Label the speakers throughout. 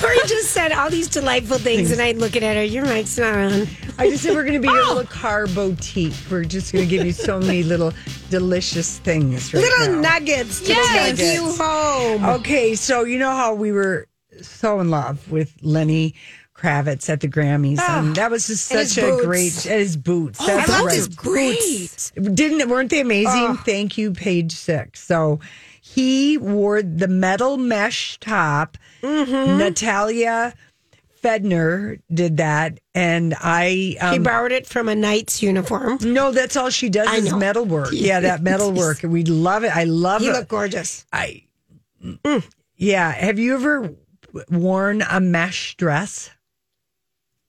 Speaker 1: Corey just said all these delightful things, and I'm looking at her. Your mic's not on.
Speaker 2: I just said we're going to be your little car boutique. We're just going to give you so many little delicious things right
Speaker 1: Little
Speaker 2: now.
Speaker 1: nuggets to
Speaker 2: Yes.
Speaker 1: take you home.
Speaker 2: Okay, so you know how we were so in love with Lenny Kravitz at the Grammys, and that was just
Speaker 1: Ah, and his
Speaker 2: such a
Speaker 1: boots. Oh,
Speaker 2: great and his boots.
Speaker 1: I
Speaker 2: That's
Speaker 1: love
Speaker 2: right.
Speaker 1: his boots.
Speaker 2: Didn't weren't they amazing?
Speaker 1: Ah.
Speaker 2: Thank you, page six. So he wore the metal mesh top.
Speaker 1: Mm-hmm.
Speaker 2: Natalia Fedner did that, and I um,
Speaker 1: He borrowed it from a knight's uniform.
Speaker 2: No, that's all she does
Speaker 1: I
Speaker 2: is
Speaker 1: know.
Speaker 2: metal work. Yeah, that metal work. We love it. I love
Speaker 1: He
Speaker 2: it.
Speaker 1: looked gorgeous.
Speaker 2: I mm, yeah. Have you ever worn a mesh dress?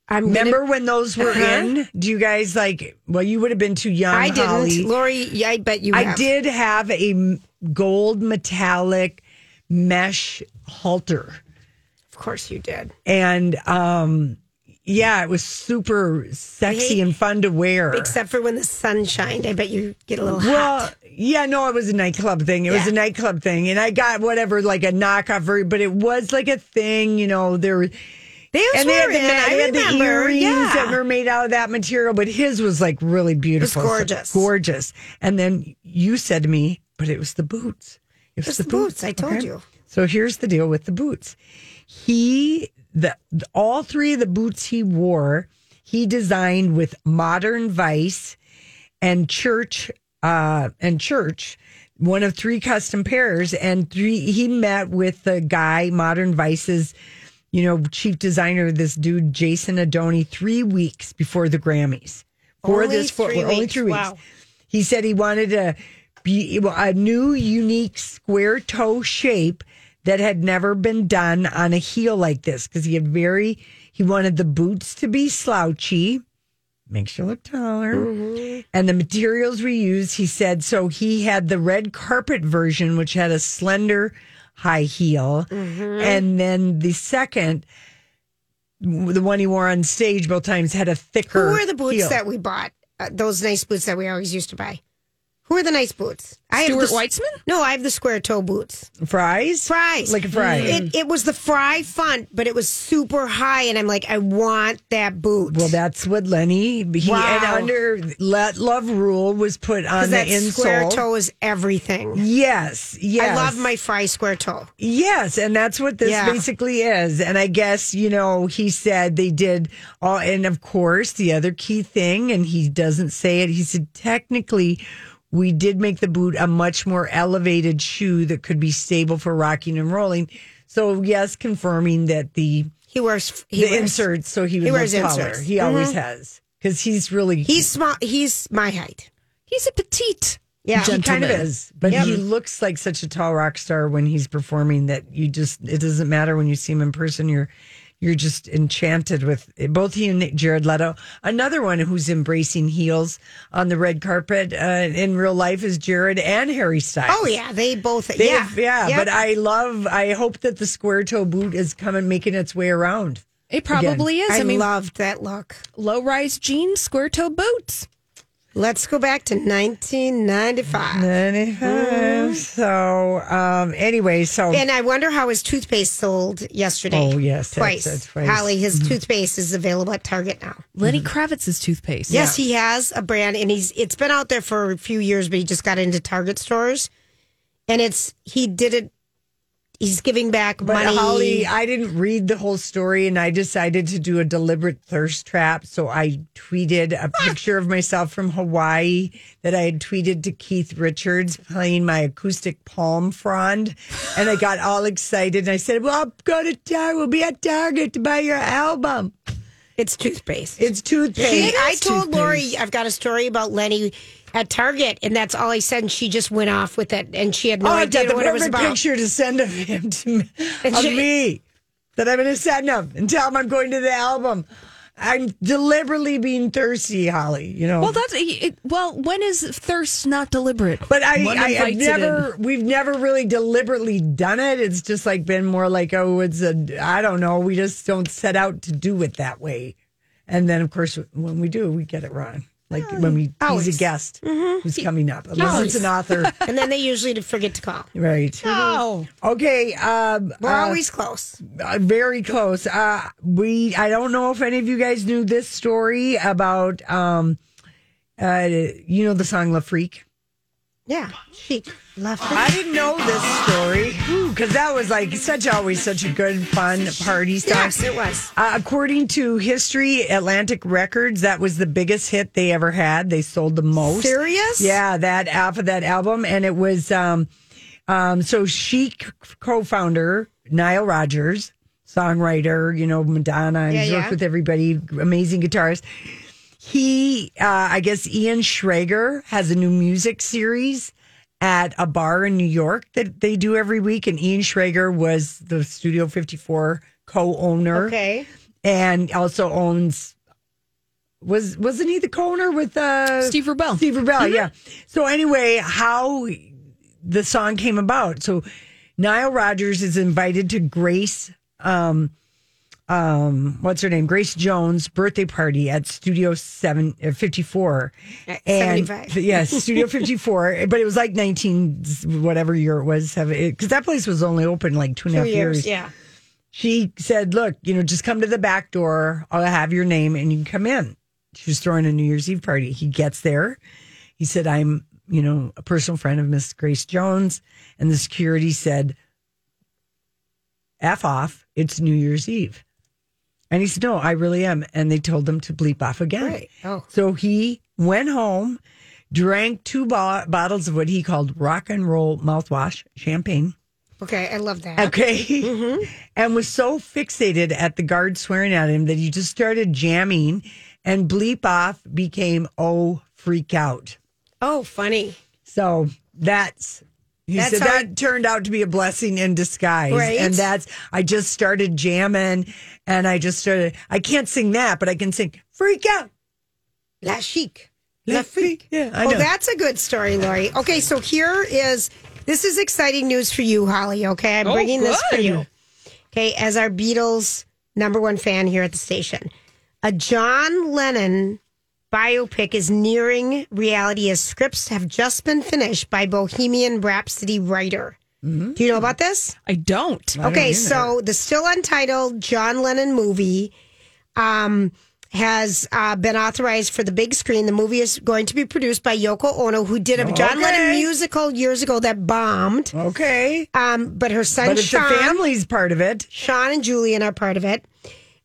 Speaker 1: I'm gonna-
Speaker 2: Remember when those were
Speaker 1: Uh-huh.
Speaker 2: in? Do you guys like? Well, you would have been too young.
Speaker 1: I didn't,
Speaker 2: Holly.
Speaker 1: Lori. Yeah, I bet you.
Speaker 2: I
Speaker 1: have.
Speaker 2: did have a m- gold metallic mesh halter,
Speaker 1: Of course, you did.
Speaker 2: and um, yeah, it was super sexy and fun to wear.
Speaker 1: Except for when the sun shined. I bet you get a little
Speaker 2: Well,
Speaker 1: hot.
Speaker 2: yeah, no, it was a nightclub thing. It was
Speaker 1: Yeah.
Speaker 2: a nightclub thing, and I got whatever, like a knockoff, very- but it was like a thing, you know. There, were-
Speaker 1: They
Speaker 2: and they had the,
Speaker 1: I
Speaker 2: they had the
Speaker 1: remember.
Speaker 2: earrings
Speaker 1: yeah.
Speaker 2: that were made out of that material, but his was like really beautiful, So
Speaker 1: gorgeous.
Speaker 2: gorgeous. And then you said to me, "But it was the boots. It was,
Speaker 1: It's the boots. I told you.
Speaker 2: So here's the deal with the boots. He the, the- all three of the boots he wore, he designed with modern vice and church uh and church one of three custom pairs and three he met with the guy modern vices you know chief designer this dude jason adoni three weeks before the grammys for
Speaker 1: Only
Speaker 2: this for
Speaker 1: three
Speaker 2: only
Speaker 1: weeks.
Speaker 2: three weeks
Speaker 1: Wow.
Speaker 2: he said he wanted a be a new unique square toe shape that had never been done on a heel like this because he had very he wanted the boots to be slouchy makes you look taller
Speaker 1: Mm-hmm.
Speaker 2: and the materials we used he said so he had the red carpet version which had a slender high heel
Speaker 1: Mm-hmm.
Speaker 2: and then the second the one he wore on stage both times had a
Speaker 1: Who
Speaker 2: thicker
Speaker 1: were the boots
Speaker 2: heel.
Speaker 1: that we bought? Uh, those nice boots that we always used to buy. Who are the nice boots? I
Speaker 3: Stuart
Speaker 1: have the,
Speaker 3: Weitzman?
Speaker 1: No, I have the square toe boots.
Speaker 2: fries
Speaker 1: Fries.
Speaker 2: Like a fry. Mm.
Speaker 1: It, it was the fry font, but it was super high, and I'm like, I want that boot.
Speaker 2: Well, that's what Lenny he
Speaker 1: Wow.
Speaker 2: and under let love rule was put on
Speaker 1: 'Cause
Speaker 2: the
Speaker 1: that square
Speaker 2: insole.
Speaker 1: toe is everything.
Speaker 2: yes, yes,
Speaker 1: I love my fry square toe.
Speaker 2: yes, and that's what this
Speaker 1: Yeah.
Speaker 2: basically is. And I guess you know he said they did all, and of course the other key thing, and he doesn't say it. He said technically. We did make the boot a much more elevated shoe that could be stable for rocking and rolling. So yes, confirming that the
Speaker 1: He wears he
Speaker 2: the
Speaker 1: wears,
Speaker 2: inserts, so he would
Speaker 1: he
Speaker 2: look
Speaker 1: wears
Speaker 2: taller.
Speaker 1: inserts. Mm-hmm.
Speaker 2: He always has because he's really
Speaker 1: He's small. He's my height.
Speaker 3: He's a petite.
Speaker 1: Yeah,
Speaker 2: He kind of
Speaker 3: gentleman.
Speaker 2: is, but he looks like such a tall rock star when he's performing that you just it doesn't matter when you see him in person. You're you're just enchanted with both he and Jared Leto. Another one who's embracing heels on the red carpet uh, in real life is Jared and Harry Styles.
Speaker 1: Oh yeah, they both.
Speaker 2: They
Speaker 1: yeah,
Speaker 2: have- yeah,
Speaker 1: Yep.
Speaker 2: But I love. I hope that the square toe boot is coming, making its way around.
Speaker 3: It probably is.
Speaker 1: I,
Speaker 3: I, mean,
Speaker 1: loved that look.
Speaker 3: low rise jeans, square toe boots.
Speaker 1: Let's go back to 1995.
Speaker 2: 95. So, um, anyway, so
Speaker 1: Mm-hmm. And I wonder how his toothpaste sold yesterday.
Speaker 2: Oh, yes, that's-
Speaker 1: twice.
Speaker 2: that's Mm-hmm. twice.
Speaker 1: Holly, his toothpaste is available at Target now.
Speaker 3: Lenny Kravitz's toothpaste.
Speaker 1: Yes, he has a brand, and he's it's been out there for a few years, but he just got into Target stores, and it's he did it. he's giving back
Speaker 2: But
Speaker 1: money.
Speaker 2: Holly, I didn't read the whole story and I decided to do a deliberate thirst trap. So I tweeted a
Speaker 1: Ah!
Speaker 2: picture of myself from Hawaii that I had tweeted to Keith Richards playing my acoustic palm frond. And I got all excited and I said, Well, I'll go to Target. We'll be at Target to buy your album.
Speaker 1: it's toothpaste.
Speaker 2: It's toothpaste.
Speaker 1: She- I
Speaker 2: It's
Speaker 1: told
Speaker 2: toothpaste.
Speaker 1: Lori I've got a story about Lenny at Target, and that's all I said. And she just went off with it, and she had no
Speaker 2: oh, I
Speaker 1: idea
Speaker 2: got the
Speaker 1: what it was
Speaker 2: perfect
Speaker 1: about.
Speaker 2: picture to send of him to me,
Speaker 1: And
Speaker 2: of
Speaker 1: she-
Speaker 2: me that I'm going to send him and tell him I'm going to the album. I'm deliberately being thirsty, Holly. You know.
Speaker 3: Well, that's it, well. When is thirst not deliberate?
Speaker 2: but I,
Speaker 3: One
Speaker 2: I, I've
Speaker 3: invites it in.
Speaker 2: never, we've never really deliberately done it. It's just like been more like, oh, it's a, I don't know. We just don't set out to do it that way. And then, of course, when we do, we get it wrong. Like when we
Speaker 1: always.
Speaker 2: he's a guest who's coming up, unless it's an author,
Speaker 1: and then they usually forget to call.
Speaker 2: right?
Speaker 1: Oh,
Speaker 2: Okay, um,
Speaker 1: we're always close.
Speaker 2: uh, very close. Uh, we I don't know if any of you guys knew this story about um, uh, you know the song La Freak.
Speaker 1: Yeah, she left.
Speaker 2: I didn't know this story because that was like such always such a good fun party song.
Speaker 1: Yes, it was.
Speaker 2: Uh, according to history, Atlantic Records that was the biggest hit they ever had. They sold the most.
Speaker 1: Serious?
Speaker 2: Yeah, that half of that album, and it was um, um, so she c- co-founder Nile Rodgers, songwriter, you know Madonna, he's
Speaker 1: Yeah, yeah.
Speaker 2: worked with everybody, amazing guitarist. He, uh, I guess, Ian Schrager has a new music series at a bar in New York that they do every week, and Ian Schrager was the Studio 54 co-owner
Speaker 1: Okay.
Speaker 2: and also owns was wasn't he the co-owner with uh
Speaker 3: Steve Rubell. Mm-hmm.
Speaker 2: Steve Rubell, yeah. So anyway, how the song came about. So Nile Rodgers is invited to Grace um um what's her name? Grace Jones birthday party at Studio 7 uh, 54.
Speaker 1: At
Speaker 2: And
Speaker 1: 75.
Speaker 2: yes, Studio 54, but it was like 19 whatever year it was, cuz that place was only open like two and a half
Speaker 1: Two years.
Speaker 2: years
Speaker 1: Yeah.
Speaker 2: she said, Look, you know, just come to the back door. I'll have your name and you can come in. She was throwing a New Year's Eve party. He gets there. He said, I'm, you know, a personal friend of Miss Grace Jones. And the security said, F off. It's New Year's Eve. And he said, No, I really am. And they told him to bleep off again.
Speaker 1: Right. Oh.
Speaker 2: So he went home, drank two bo- bottles of what he called rock and roll mouthwash, champagne.
Speaker 1: Okay. I love that.
Speaker 2: Okay.
Speaker 1: Mm-hmm.
Speaker 2: And was so fixated at the guard swearing at him that he just started jamming and bleep off became oh freak out.
Speaker 1: Oh, funny.
Speaker 2: So that's he
Speaker 1: That's
Speaker 2: said
Speaker 1: how
Speaker 2: that turned out to be a blessing in disguise.
Speaker 1: Right.
Speaker 2: And that's I just started jamming and I just started I can't sing that, but I can sing freak out.
Speaker 1: La chic. La
Speaker 2: La freak.
Speaker 1: freak.
Speaker 2: Yeah, I
Speaker 1: oh,
Speaker 2: know.
Speaker 1: that's a good story, Lori. Okay, so here is this is exciting news for you, Holly. Okay, I'm bringing this for
Speaker 2: Oh, good.
Speaker 1: you. Okay, as our Beatles number one fan here at the station, a John Lennon biopic is nearing reality as scripts have just been finished by Bohemian Rhapsody writer.
Speaker 2: Mm-hmm.
Speaker 1: Do you know about this?
Speaker 3: I don't.
Speaker 1: Okay, so the still untitled John Lennon movie um, has uh, been authorized for the big screen. The movie is going to be produced by Yoko Ono, who did a John
Speaker 2: Okay.
Speaker 1: Lennon musical years ago that bombed.
Speaker 2: Okay.
Speaker 1: Um, but her son
Speaker 2: But if the
Speaker 1: Sean,
Speaker 2: family's part of it,
Speaker 1: Sean and Julian are part of it.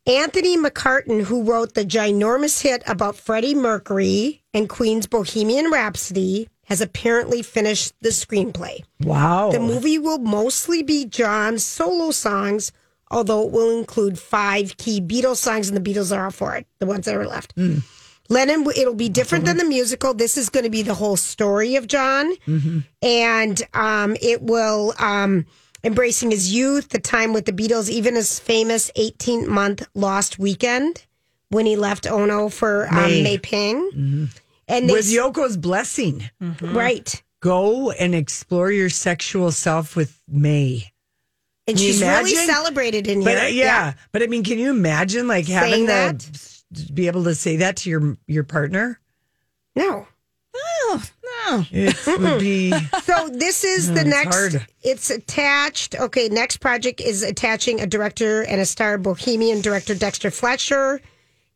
Speaker 1: Anthony McCartan, who wrote the ginormous hit about Freddie Mercury and Queen's Bohemian Rhapsody, has apparently finished the screenplay.
Speaker 2: wow.
Speaker 1: The movie will mostly be John's solo songs, although it will include five key Beatles songs, and the Beatles are all for it, the ones that are left.
Speaker 2: Hmm.
Speaker 1: Lennon, it'll be different than the musical. This is going to be the whole story of John,
Speaker 2: Mm-hmm.
Speaker 1: and um, it will um, embracing his youth, the time with the Beatles, even his famous 18 month lost weekend when he left Ono for um, May.
Speaker 2: May. Mm-hmm.
Speaker 1: Ping, and they,
Speaker 2: with Yoko's blessing.
Speaker 1: right,
Speaker 2: Go and explore your sexual self with May.
Speaker 1: and
Speaker 2: Can you
Speaker 1: she's really
Speaker 2: imagine?
Speaker 1: celebrated in
Speaker 2: But
Speaker 1: here.
Speaker 2: uh, yeah. but I mean, can you imagine like
Speaker 1: Saying
Speaker 2: having that,
Speaker 1: that?
Speaker 2: be able to say that to your your partner?
Speaker 1: no.
Speaker 3: Oh, no.
Speaker 2: It would be
Speaker 1: So this is the
Speaker 2: Hmm, it's
Speaker 1: next.
Speaker 2: hard.
Speaker 1: It's attached. Okay, next project is attaching a director and a star, Bohemian director Dexter Fletcher.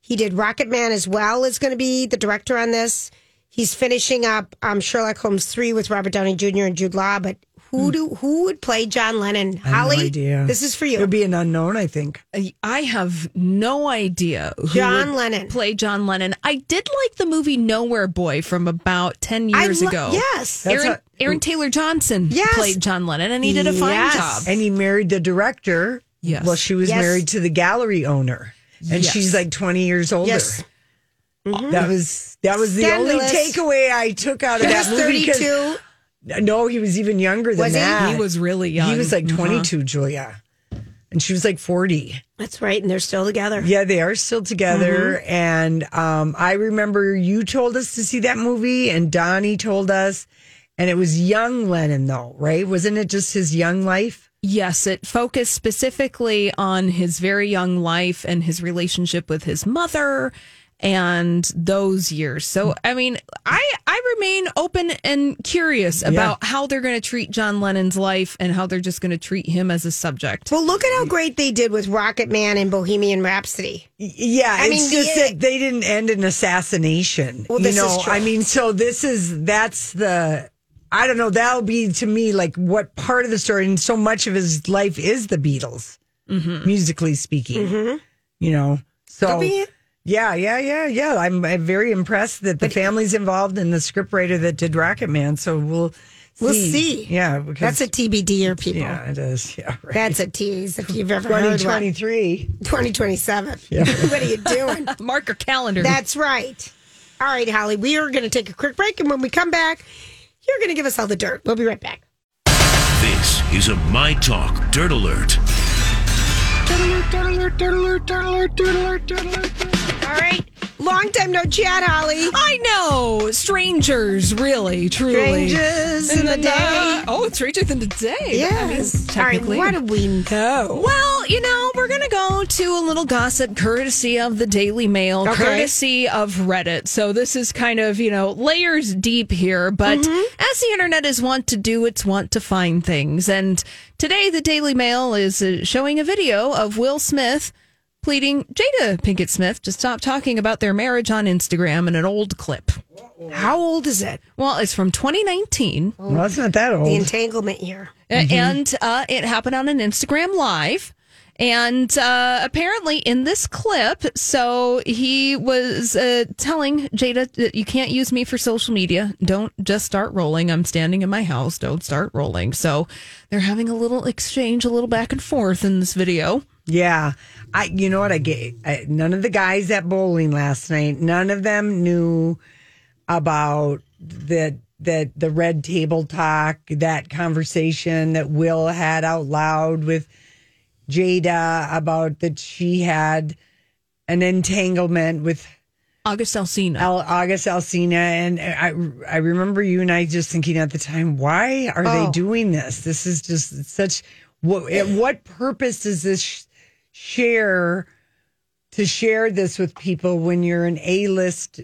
Speaker 1: He did Rocket Man as well. Is going to be the director on this. He's finishing up um, Sherlock Holmes three with Robert Downey Jr. and Jude Law, but Who do who would play John Lennon?
Speaker 2: Hmm. I have no
Speaker 1: Holly,
Speaker 2: idea.
Speaker 1: this is for you.
Speaker 2: It'd be an unknown, I think.
Speaker 3: I- I have no idea who
Speaker 1: John
Speaker 3: would
Speaker 1: Lennon.
Speaker 3: play John Lennon. I did like the movie Nowhere Boy from about ten years
Speaker 1: lo-
Speaker 3: ago.
Speaker 1: Yes.
Speaker 2: That's
Speaker 3: Aaron,
Speaker 2: a-
Speaker 3: Aaron Taylor Johnson
Speaker 1: Yes.
Speaker 3: played John Lennon, and he did a fine
Speaker 1: Yes.
Speaker 3: job.
Speaker 2: And he married the director.
Speaker 3: Yes.
Speaker 2: Well, she was
Speaker 1: Yes.
Speaker 2: married to the gallery owner, and
Speaker 3: Yes.
Speaker 2: she's like twenty years older.
Speaker 1: Yes.
Speaker 2: That was that was the only
Speaker 1: Scandalous.
Speaker 2: takeaway I took out of
Speaker 1: He
Speaker 2: that
Speaker 1: was
Speaker 2: movie. 'cause-
Speaker 1: 32.
Speaker 2: No, he was even younger than
Speaker 1: Was he?
Speaker 2: that.
Speaker 3: He was really young.
Speaker 2: He was like
Speaker 3: Uh-huh.
Speaker 2: 22, Julia, and she was like forty.
Speaker 1: That's right. And they're still together.
Speaker 2: Yeah, they are still together.
Speaker 1: Mm-hmm.
Speaker 2: And um, I remember you told us to see that movie, and Donnie told us, and it was young Lennon, though, right? Wasn't it just his young life?
Speaker 3: Yes, it focused specifically on his very young life and his relationship with his mother and those years. So, I mean, I I remain open and curious about how they're going to treat John Lennon's life and how they're just going to treat him as a subject.
Speaker 1: Well, look at how great they did with Rocket Man and Bohemian Rhapsody.
Speaker 2: Y- Yeah,
Speaker 1: I mean,
Speaker 2: it's just
Speaker 1: the-
Speaker 2: that they didn't end in assassination.
Speaker 1: Well, this
Speaker 2: you
Speaker 1: is
Speaker 2: know,
Speaker 1: true.
Speaker 2: I mean, so this is that's the. I don't know. That'll be to me like what part of the story, and so much of his life is the Beatles, musically speaking. You know, so
Speaker 1: Mm-hmm. Be-
Speaker 2: Yeah, yeah, yeah, yeah. I'm, uh very impressed that the family's involved and the scriptwriter that did Rocket Man. So we'll see.
Speaker 1: We'll see.
Speaker 2: Yeah, because
Speaker 1: That's a TBD, or people.
Speaker 2: yeah, it is. Yeah, right.
Speaker 1: That's a tease if you've ever heard one.
Speaker 2: 2023.
Speaker 1: 2027. what are you doing?
Speaker 3: Mark your calendar.
Speaker 1: That's right. All right, Holly, we are going to take a quick break. And when we come back, you're going to give us all the dirt. We'll be right back.
Speaker 4: This is a My Talk Dirt Alert.
Speaker 1: All right. Long time no chat,
Speaker 2: Oh,
Speaker 1: Holly.
Speaker 3: I know strangers, really, truly.
Speaker 1: Strangers in the day.
Speaker 3: Oh, it's stranger than the day. I mean,
Speaker 1: Yes. All right.
Speaker 3: technically.
Speaker 1: What do we know?
Speaker 3: Well, you know, we're going to go to a little gossip courtesy of the Daily Mail,
Speaker 1: Okay.
Speaker 3: courtesy of Reddit. So this is kind of, you know, layers deep here, but as the internet is wont to do, it's wont to find things. And today the Daily Mail is uh, showing a video of Will Smith pleading Jada Pinkett Smith to stop talking about their marriage on Instagram in an old clip.
Speaker 1: How old is it?
Speaker 3: Well, it's from 2019.
Speaker 2: Well, it's not that
Speaker 1: The
Speaker 2: old.
Speaker 1: entanglement year.
Speaker 3: A- and uh, it happened on an Instagram live. And uh, apparently, in this clip, so he was uh, telling Jada, that "You can't use me for social media. Don't just start rolling. I'm standing in my house. Don't start rolling." So they're having a little exchange, a little back and forth in this video.
Speaker 2: Yeah, I. You know what? I get I, none of the guys at bowling last night. None of them knew about the that the red table talk, that conversation that Will had out loud with Jada about that she had an entanglement with
Speaker 3: August Alsina.
Speaker 2: Al, August Alsina, and I I remember you and I just thinking at the time, why are they doing this? This is just such. What at what purpose does this sh- share to share this with people when you're an A list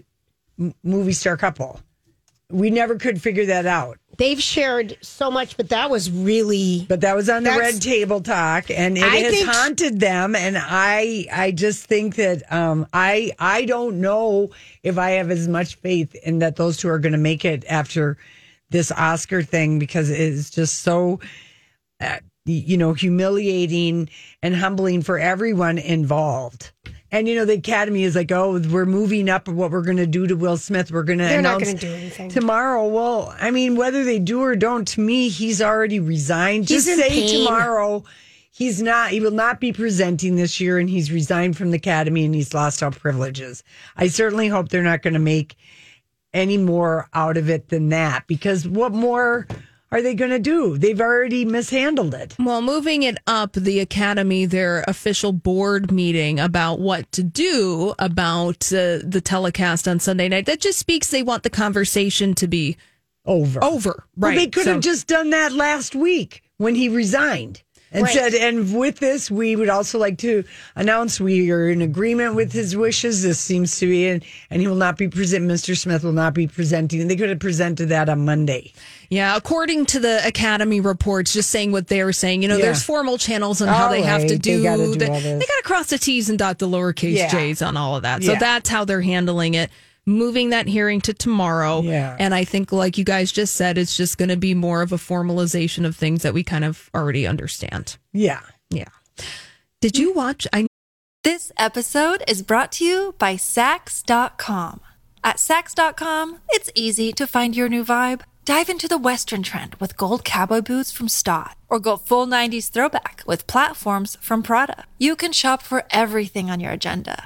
Speaker 2: m- movie star couple? We never could figure that out.
Speaker 1: They've shared so much, but that was really.
Speaker 2: But that was on the
Speaker 1: That's-
Speaker 2: red table talk, and it
Speaker 1: I
Speaker 2: has
Speaker 1: think-
Speaker 2: haunted them. And I, I just think that um, I, I don't know if I have as much faith in that those two are going to make it after this Oscar thing because it's just so, uh, you know, humiliating and humbling for everyone involved. And you know, the Academy is like, oh, we're moving up. What we're going to do to Will Smith? We're going to
Speaker 1: They're not
Speaker 2: announce
Speaker 1: gonna do anything.
Speaker 2: tomorrow. Well, I mean, whether they do or don't, to me, he's already resigned.
Speaker 1: He's in
Speaker 2: Just say
Speaker 1: pain.
Speaker 2: tomorrow. He's not, he will not be presenting this year and he's resigned from the academy and he's lost all privileges. I certainly hope they're not going to make any more out of it than that because what more are they going to do? They've already mishandled it.
Speaker 3: Well, moving it up, the Academy, their official board meeting about what to do about uh, the telecast on Sunday night, that just speaks they want the conversation to be
Speaker 2: Over.
Speaker 3: over.
Speaker 2: Well,
Speaker 3: Right.
Speaker 2: they could have
Speaker 3: So-
Speaker 2: just done that last week when he resigned and said, and with this, we would also like to announce we are in agreement with his wishes. This seems to be, and, and he will not be present. Mr. Smith will not be presenting. They could have presented that on Monday.
Speaker 3: Yeah, according to the Academy reports, just saying what they were saying, you know,
Speaker 2: Yeah.
Speaker 3: there's formal channels on how
Speaker 2: All
Speaker 3: they have
Speaker 2: right,
Speaker 3: to
Speaker 2: they
Speaker 3: do.
Speaker 2: gotta do
Speaker 3: the-
Speaker 2: all this.
Speaker 3: they got to cross the T's and dot the lowercase
Speaker 2: Yeah.
Speaker 3: J's on all of that. So
Speaker 2: Yeah.
Speaker 3: that's how they're handling it. moving that hearing to tomorrow.
Speaker 2: Yeah.
Speaker 3: And I think, like you guys just said, it's just going to be more of a formalization of things that we kind of already understand.
Speaker 2: Yeah.
Speaker 3: Yeah. Did you watch? I
Speaker 5: This episode is brought to you by Sax.com. At Sax.com, it's easy to find your new vibe. Dive into the Western trend with gold cowboy boots from Stott, or go full 90s throwback with platforms from Prada. You can shop for everything on your agenda,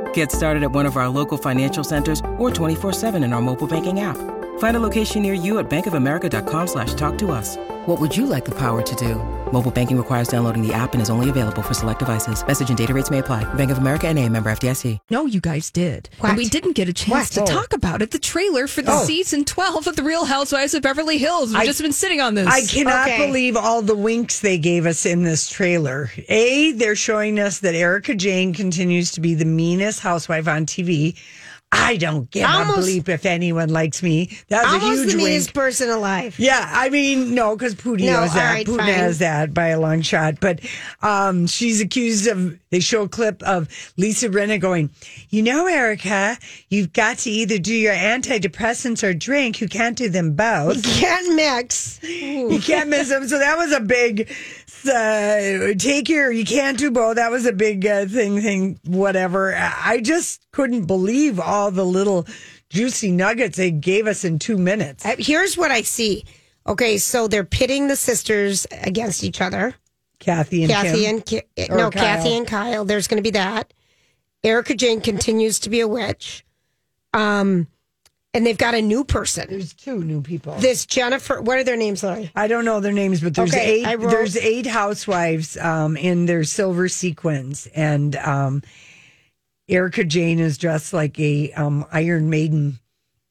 Speaker 6: Get started at one of our local financial centers or 24-7 in our mobile banking app. Find a location near you at bankofamerica.com slash talk to us. What would you like the power to do? Mobile banking requires downloading the app and is only available for select devices. Message and data rates may apply. Bank of America and a member FDIC.
Speaker 3: know you guys did.
Speaker 1: What?
Speaker 3: And we didn't get a chance
Speaker 1: What?
Speaker 3: to talk about it. The trailer for the season 12 of The Real Housewives of Beverly Hills. We've
Speaker 2: Oh. I-
Speaker 3: just been sitting on this.
Speaker 2: I cannot
Speaker 1: Okay.
Speaker 2: believe all the winks they gave us in this trailer. A, they're showing us that Erica Jane continues to be the meanest housewife on TV. I don't give
Speaker 1: Almost-
Speaker 2: a bleep if anyone likes me. That was a
Speaker 1: Almost
Speaker 2: huge
Speaker 1: the
Speaker 2: wink.
Speaker 1: meanest person alive.
Speaker 2: Yeah, I mean, no, because Pootie
Speaker 1: No,
Speaker 2: knows that.
Speaker 1: all right,
Speaker 2: Pootie
Speaker 1: fine.
Speaker 2: knows that by a long shot. But um, she's accused of, they show a clip of Lisa Renna going, You know, Erica, you've got to either do your antidepressants or drink. You can't do them both.
Speaker 1: Can't mix.
Speaker 2: You can't miss them. So that was a big uh, take your, you can't do both. That was a big uh, thing, thing, whatever. I I just couldn't believe all the little juicy nuggets they gave us in two minutes.
Speaker 1: Uh, Here's what I see. Okay, so they're pitting the sisters against each other.
Speaker 2: Kathy and
Speaker 1: Kathy
Speaker 2: Kim.
Speaker 1: and Ki- eh,
Speaker 2: Or
Speaker 1: no,
Speaker 2: Kyle.
Speaker 1: Kathy and Kyle. There's going to be that. Erica Jane continues to be a witch. Um, and they've got a new person.
Speaker 2: There's two new people.
Speaker 1: This Jennifer. What are their names, Lori?
Speaker 2: I don't know their names, but there's
Speaker 1: Okay, I
Speaker 2: eight.
Speaker 1: wrote-
Speaker 2: There's eight housewives um, in their silver sequins, and um, Erica Jane is dressed like a um, Iron Maiden,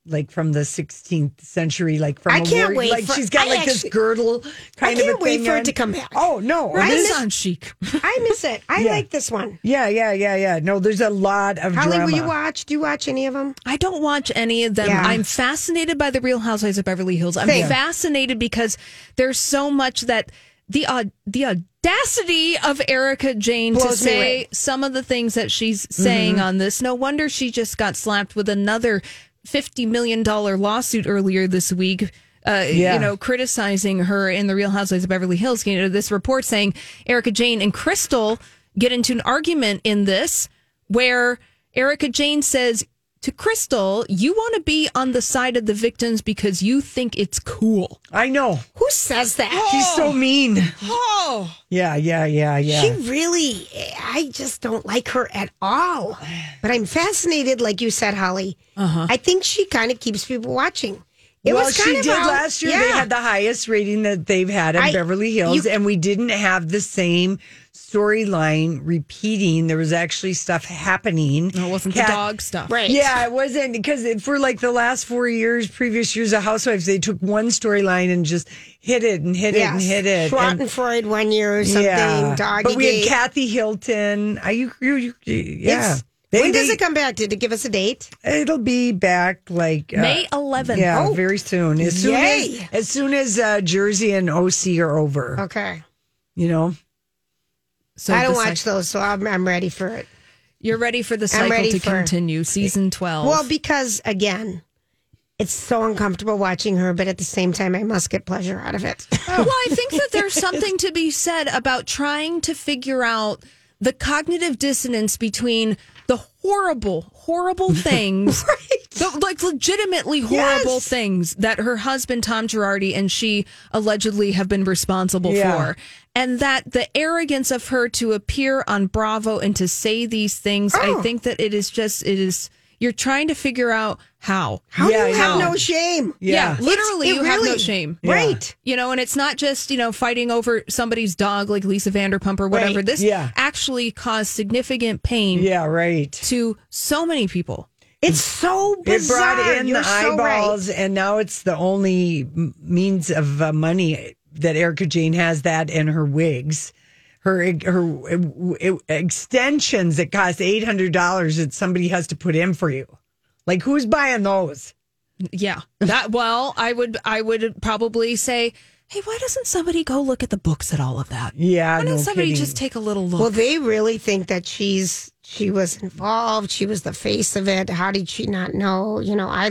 Speaker 2: like from the 16th century, like from
Speaker 1: I
Speaker 2: a
Speaker 1: can't
Speaker 2: war-
Speaker 1: wait
Speaker 2: Like
Speaker 1: for-
Speaker 2: she's got
Speaker 1: I
Speaker 2: like
Speaker 1: actually-
Speaker 2: this girdle kind of.
Speaker 1: can't
Speaker 2: a
Speaker 1: wait
Speaker 2: thing
Speaker 1: for it
Speaker 2: on.
Speaker 1: to come back.
Speaker 2: Oh no!
Speaker 1: Right?
Speaker 2: this-
Speaker 3: Renaissance chic.
Speaker 1: I miss it. I
Speaker 2: Yeah.
Speaker 1: like this one.
Speaker 2: yeah, yeah, yeah, yeah. No, there's a lot of
Speaker 1: Holly,
Speaker 2: drama.
Speaker 1: will you watch? Do you watch any of them?
Speaker 3: I don't watch any of them.
Speaker 1: Yeah.
Speaker 3: I'm fascinated by the Real Housewives of Beverly Hills. I'm
Speaker 1: Same.
Speaker 3: fascinated because there's so much that the uh, the audacity of Erica Jane to
Speaker 1: Blows me
Speaker 3: say
Speaker 1: away.
Speaker 3: some of the things that she's saying on this. No wonder she just got slapped with another fifty million dollar lawsuit earlier this week. Uh,
Speaker 2: Yeah.
Speaker 3: You know, criticizing her in the Real Housewives of Beverly Hills. You know, this report saying Erica Jane and Crystal get into an argument in this where Erica Jane says to Crystal, "You want to be on the side of the victims because you think it's cool."
Speaker 2: I know
Speaker 1: Who says that?
Speaker 2: she's so mean.
Speaker 3: Oh,
Speaker 2: Yeah, yeah, yeah, yeah.
Speaker 1: She really, I just don't like her at all. But I'm fascinated, like you said, Holly. I think she kind of keeps people watching. It
Speaker 2: Uh-huh. well,
Speaker 1: was kind
Speaker 2: she
Speaker 1: of
Speaker 2: did
Speaker 1: how-
Speaker 2: last year. They
Speaker 1: yeah.
Speaker 2: had the highest rating that they've had in
Speaker 1: I-
Speaker 2: Beverly Hills,
Speaker 1: you-
Speaker 2: and we didn't have the same storyline repeating. There was actually stuff happening.
Speaker 3: it wasn't
Speaker 2: Kat-
Speaker 3: the dog stuff,
Speaker 1: right.
Speaker 2: Yeah, it wasn't because it- for like the last four years, previous years of Housewives, they took one storyline and just hit it and hit it and hit it. and-
Speaker 1: Schwartenfreud one year or something.
Speaker 2: yeah,
Speaker 1: Doggy
Speaker 2: but we had
Speaker 1: Gate.
Speaker 2: Kathy Hilton. Are you? you, you- yeah,
Speaker 1: It's- when does it come back? Did it give us a date?
Speaker 2: It'll be back like uh,
Speaker 3: May 11th.
Speaker 2: Yeah, very soon. As soon
Speaker 1: Oh, Yay.
Speaker 2: as as soon as uh, Jersey and OC are over,
Speaker 1: Okay.
Speaker 2: you know.
Speaker 3: So
Speaker 1: I don't
Speaker 3: the
Speaker 1: watch
Speaker 3: cycle-
Speaker 1: those, so I'm, I'm ready for it.
Speaker 3: You're ready for the cycle
Speaker 1: ready
Speaker 3: to
Speaker 1: for-
Speaker 3: continue, season
Speaker 2: Oh.
Speaker 3: twelve.
Speaker 1: Well, because again, it's so uncomfortable watching her, but at the same time, I must get pleasure out of it.
Speaker 3: well, I think that there's something to be said about trying to figure out the cognitive dissonance between the horrible, horrible things, the, like legitimately horrible
Speaker 2: Yes.
Speaker 3: things that her husband Tom Girardi and she allegedly have been responsible
Speaker 2: Yeah.
Speaker 3: for. And that the arrogance of her to appear on Bravo and to say these things,
Speaker 2: Oh.
Speaker 3: I think that it is just, it is, you're trying to figure out how.
Speaker 1: How
Speaker 2: Yeah,
Speaker 1: do you
Speaker 2: I
Speaker 1: have
Speaker 2: know.
Speaker 1: no shame?
Speaker 3: Yeah,
Speaker 2: Yeah.
Speaker 3: literally,
Speaker 1: It's-
Speaker 3: you
Speaker 1: it
Speaker 3: have no
Speaker 1: really-
Speaker 3: shame.
Speaker 1: Right.
Speaker 3: You know, and it's not just, you know, fighting over somebody's dog like Lisa Vanderpump or whatever.
Speaker 1: Right.
Speaker 3: This
Speaker 2: Yeah.
Speaker 3: actually caused significant pain
Speaker 2: Yeah, right.
Speaker 3: to so many people.
Speaker 1: It's so
Speaker 2: It
Speaker 1: bizarre.
Speaker 2: brought in
Speaker 1: You're
Speaker 2: the
Speaker 1: so right.
Speaker 2: eyeballs, and now it's the only m- means of uh, money that Erica Jane has. That and her wigs, her her uh, w- extensions that cost eight hundred dollars that somebody has to put in for you. Like who's buying those?
Speaker 3: Yeah. That well, I would I would probably say, "Hey, why doesn't somebody go look at the books at all of that?
Speaker 2: Yeah,
Speaker 3: Why
Speaker 2: no
Speaker 3: doesn't somebody
Speaker 2: kidding.
Speaker 3: just take a little look?"
Speaker 1: Well, they really think that she's she was involved. She was the face of it. How did she not know? You know, I.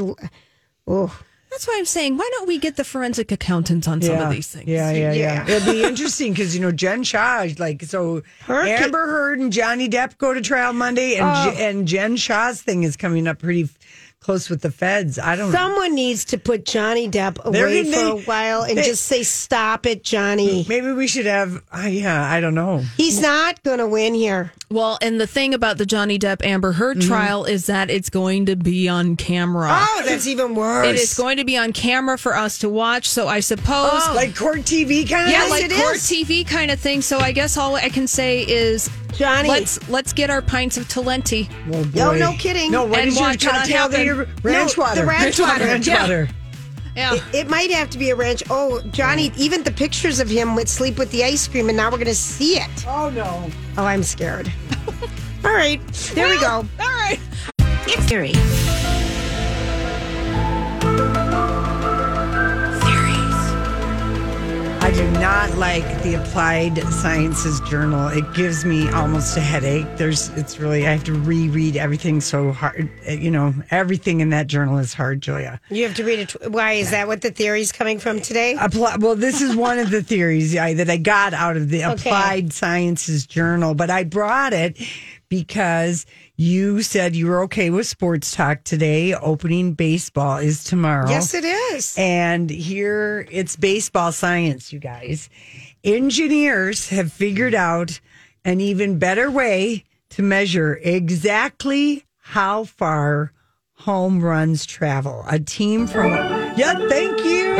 Speaker 1: Oh,
Speaker 3: That's why I'm saying, why don't we get the forensic accountants on some of these things?
Speaker 2: Yeah, yeah, yeah.
Speaker 1: Yeah.
Speaker 2: It'll be interesting because you know Jen Shaw, like so
Speaker 1: Her Oh. ca-
Speaker 2: Amber Heard and Johnny Depp go to trial Monday, and Je- and Jen Shaw's thing is coming up pretty f- close with the feds. I don't. know.
Speaker 1: someone needs to put Johnny Depp
Speaker 2: They're
Speaker 1: away
Speaker 2: gonna-
Speaker 1: for a while and
Speaker 2: they- Mm-hmm.
Speaker 1: just say, "Stop it, Johnny."
Speaker 2: Maybe we should have. Uh, yeah, I don't know.
Speaker 1: He's not going to win here.
Speaker 3: Well, and the thing about the Johnny Depp Amber Heard trial is that it's going to be on camera.
Speaker 1: Oh, that's even worse.
Speaker 3: It is going to be on camera for us to watch. So I suppose,
Speaker 2: Like court TV kind of.
Speaker 3: Oh. yeah,
Speaker 1: yes,
Speaker 3: like
Speaker 1: it
Speaker 3: court
Speaker 1: is.
Speaker 3: TV kind of thing. So I guess all I can say is,
Speaker 1: Johnny.
Speaker 3: let's let's get our pints of Talenti.
Speaker 2: Oh,
Speaker 1: No,
Speaker 2: boy.
Speaker 1: no kidding.
Speaker 2: No, what
Speaker 3: And
Speaker 2: is your
Speaker 3: watch it on
Speaker 2: cocktail that
Speaker 3: happen.
Speaker 2: you're- ranch
Speaker 1: No,
Speaker 2: water?
Speaker 1: the ranch water,
Speaker 2: Ranch
Speaker 3: yeah.
Speaker 2: water.
Speaker 3: Yeah.
Speaker 1: It, it might have to be a ranch. Oh, Johnny,
Speaker 2: Mm-hmm.
Speaker 1: even the pictures of him with sleep with the ice cream, and now we're going to see it.
Speaker 2: Oh no.
Speaker 1: Oh, I'm scared. All right, there we go.
Speaker 3: All right.
Speaker 7: It's theory.
Speaker 2: I do not like the Applied Sciences Journal. It gives me almost a headache. There's, it's really, I have to reread everything so hard. Uh, You know, everything in that journal is hard, Julia.
Speaker 1: You have to read it. tw- Why is that? What the theory's coming from today?
Speaker 2: Apply, well, this is one of the theories I, that I got out of the Applied Sciences Journal, but I brought it because you said you were okay with sports talk today. Opening baseball is tomorrow.
Speaker 1: Yes, it is.
Speaker 2: And here it's baseball science, you guys. Engineers have figured out an even better way to measure exactly how far home runs travel. A team from Yeah, thank you.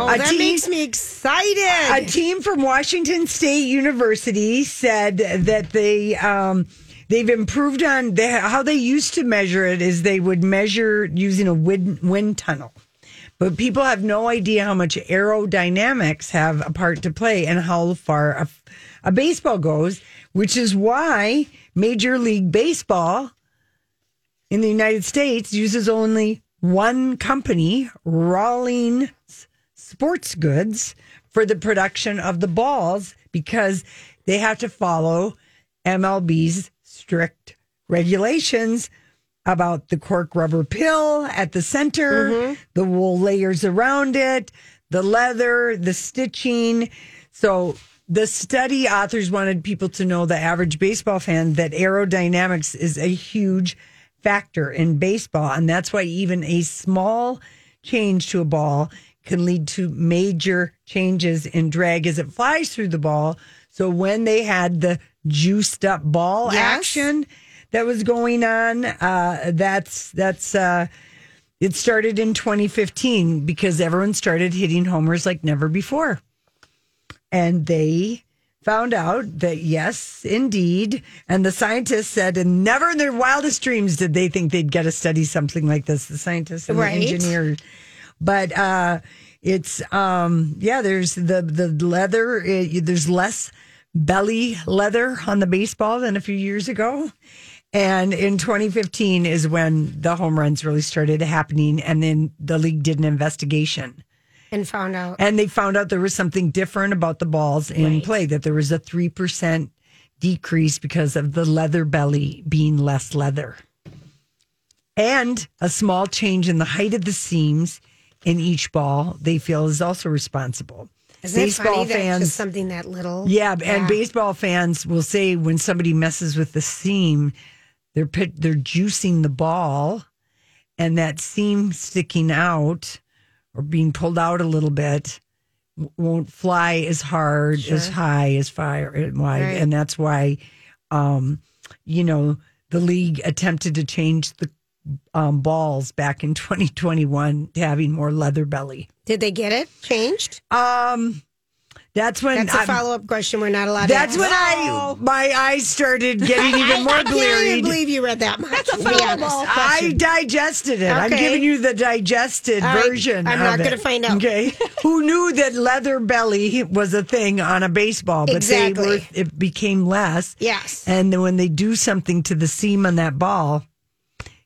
Speaker 1: Oh,
Speaker 2: a
Speaker 1: that
Speaker 2: team-
Speaker 1: makes me
Speaker 2: A
Speaker 1: excited.
Speaker 2: team from Washington State University said that they um They've improved on the, how they used to measure it is they would measure using a wind, wind tunnel but people have no idea how much aerodynamics have a part to play and how far a, a baseball goes, which is why Major League Baseball in the United States uses only one company, Rawlings Sports Goods, for the production of the balls because they have to follow MLB's strict regulations about the cork rubber pill at the center, the wool layers around it, the leather, the stitching. So the study authors wanted people to know the average baseball fan that aerodynamics is a huge factor in baseball and that's why even a small change to a ball can lead to major changes in drag as it flies through the ball. So when they had the juiced up ball action that was going on, uh, that's that's uh, it started in 2015 because everyone started hitting homers like never before, and they found out that yes, indeed, and the scientists said, and never in their wildest dreams did they think they'd get to study something like this. The scientists and
Speaker 1: Right.
Speaker 2: the engineers but uh it's um yeah there's the the leather uh there's less belly leather on the baseball than a few years ago and in 2015 is when the home runs really started happening and then the league did an investigation
Speaker 1: and found out.
Speaker 2: and they found out there was something different about the balls in play that there was a 3% decrease because of the leather belly being less leather and a small change in the height of the seams in each ball they feel is also responsible
Speaker 1: Isn't it funny that just something that little?
Speaker 2: yeah, and baseball fans will say when somebody messes with the seam, they're pit, they're juicing the ball, and that seam sticking out or being pulled out a little bit w- won't fly as hard, as high, as far and wide,
Speaker 1: Right.
Speaker 2: and that's why, um, you know, the league attempted to change the um, balls back in 2021 to having more leather belly.
Speaker 1: Did they get it changed?
Speaker 2: Um, That's when
Speaker 1: That's a
Speaker 2: I-
Speaker 1: follow up question we're not allowed
Speaker 2: That's
Speaker 1: to
Speaker 2: when
Speaker 1: ask.
Speaker 2: I my eyes started getting even more
Speaker 1: I can't even
Speaker 2: bleary.
Speaker 1: believe you read that much. That's a
Speaker 2: I digested it. I'm
Speaker 1: Okay.
Speaker 2: giving you the digested
Speaker 1: All right.
Speaker 2: version.
Speaker 1: I'm
Speaker 2: of
Speaker 1: not
Speaker 2: it.
Speaker 1: gonna find out.
Speaker 2: Okay. Who knew that leather belly was a thing on a baseball, but
Speaker 1: Exactly.
Speaker 2: they were, it became less.
Speaker 1: Yes.
Speaker 2: And then when they do something to the seam on that ball,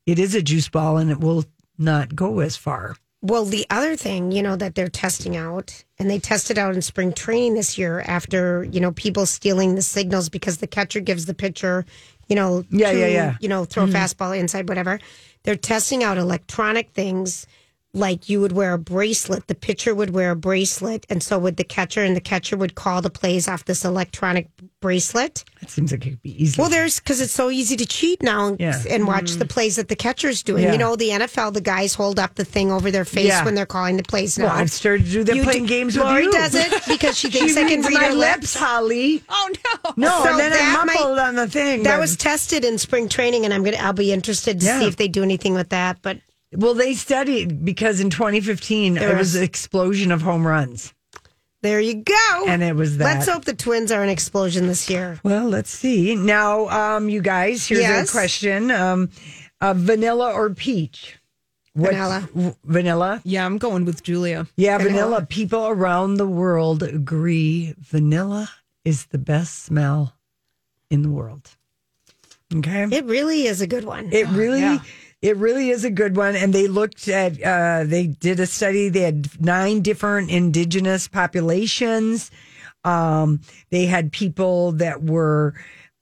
Speaker 2: it is a juice ball and it will not go as far.
Speaker 1: Well, the other thing, you know, that they're testing out, and they tested out in spring training this year after, you know, people stealing the signals because the catcher gives the pitcher, you know,
Speaker 2: Yeah, yeah, yeah. Mm-hmm.
Speaker 1: you know, throw fastball inside, whatever. They're testing out electronic things like you would wear a bracelet, the pitcher would wear a bracelet, and so would the catcher, and the catcher would call the plays off this electronic bracelet.
Speaker 2: That seems like it could be easy.
Speaker 1: Well, there's because it's so easy to cheat now and,
Speaker 2: Yeah.
Speaker 1: and watch the plays that the catcher's doing.
Speaker 2: Yeah.
Speaker 1: You know, the NFL, the guys hold up the thing over their face
Speaker 2: Yeah.
Speaker 1: when they're calling the plays now.
Speaker 2: Well, I've started to do that
Speaker 1: You
Speaker 2: playing
Speaker 1: do-
Speaker 2: games with
Speaker 1: Lori
Speaker 2: you.
Speaker 1: does it because she
Speaker 2: She
Speaker 1: thinks I can
Speaker 2: reads
Speaker 1: read
Speaker 2: my
Speaker 1: her
Speaker 2: lips, Holly.
Speaker 3: Oh no!
Speaker 2: No,
Speaker 1: So
Speaker 2: and then I
Speaker 1: that might-
Speaker 2: mumbled on the thing.
Speaker 1: That
Speaker 2: but-
Speaker 1: was tested in spring training, and I'm gonna. I'll be interested to
Speaker 2: Yeah.
Speaker 1: see if they do anything with that. But
Speaker 2: Well, they studied because in 2015 there
Speaker 1: There
Speaker 2: was
Speaker 1: was-
Speaker 2: an explosion of home runs,
Speaker 1: there you go.
Speaker 2: and it was that.
Speaker 1: Let's hope the Twins are an explosion this year.
Speaker 2: well, let's see now, um, you guys. Here's
Speaker 1: Yes.
Speaker 2: a question: um, uh, vanilla or peach? What-
Speaker 1: Vanilla.
Speaker 2: w- vanilla.
Speaker 3: Yeah, I'm going with Julia.
Speaker 2: Yeah, vanilla. People around the world agree vanilla is the best smell in the world. Okay.
Speaker 1: It really is a good one.
Speaker 2: It really, it really is a good one. And they looked at, uh, they did a study. They had nine different indigenous populations. Um, they had people that were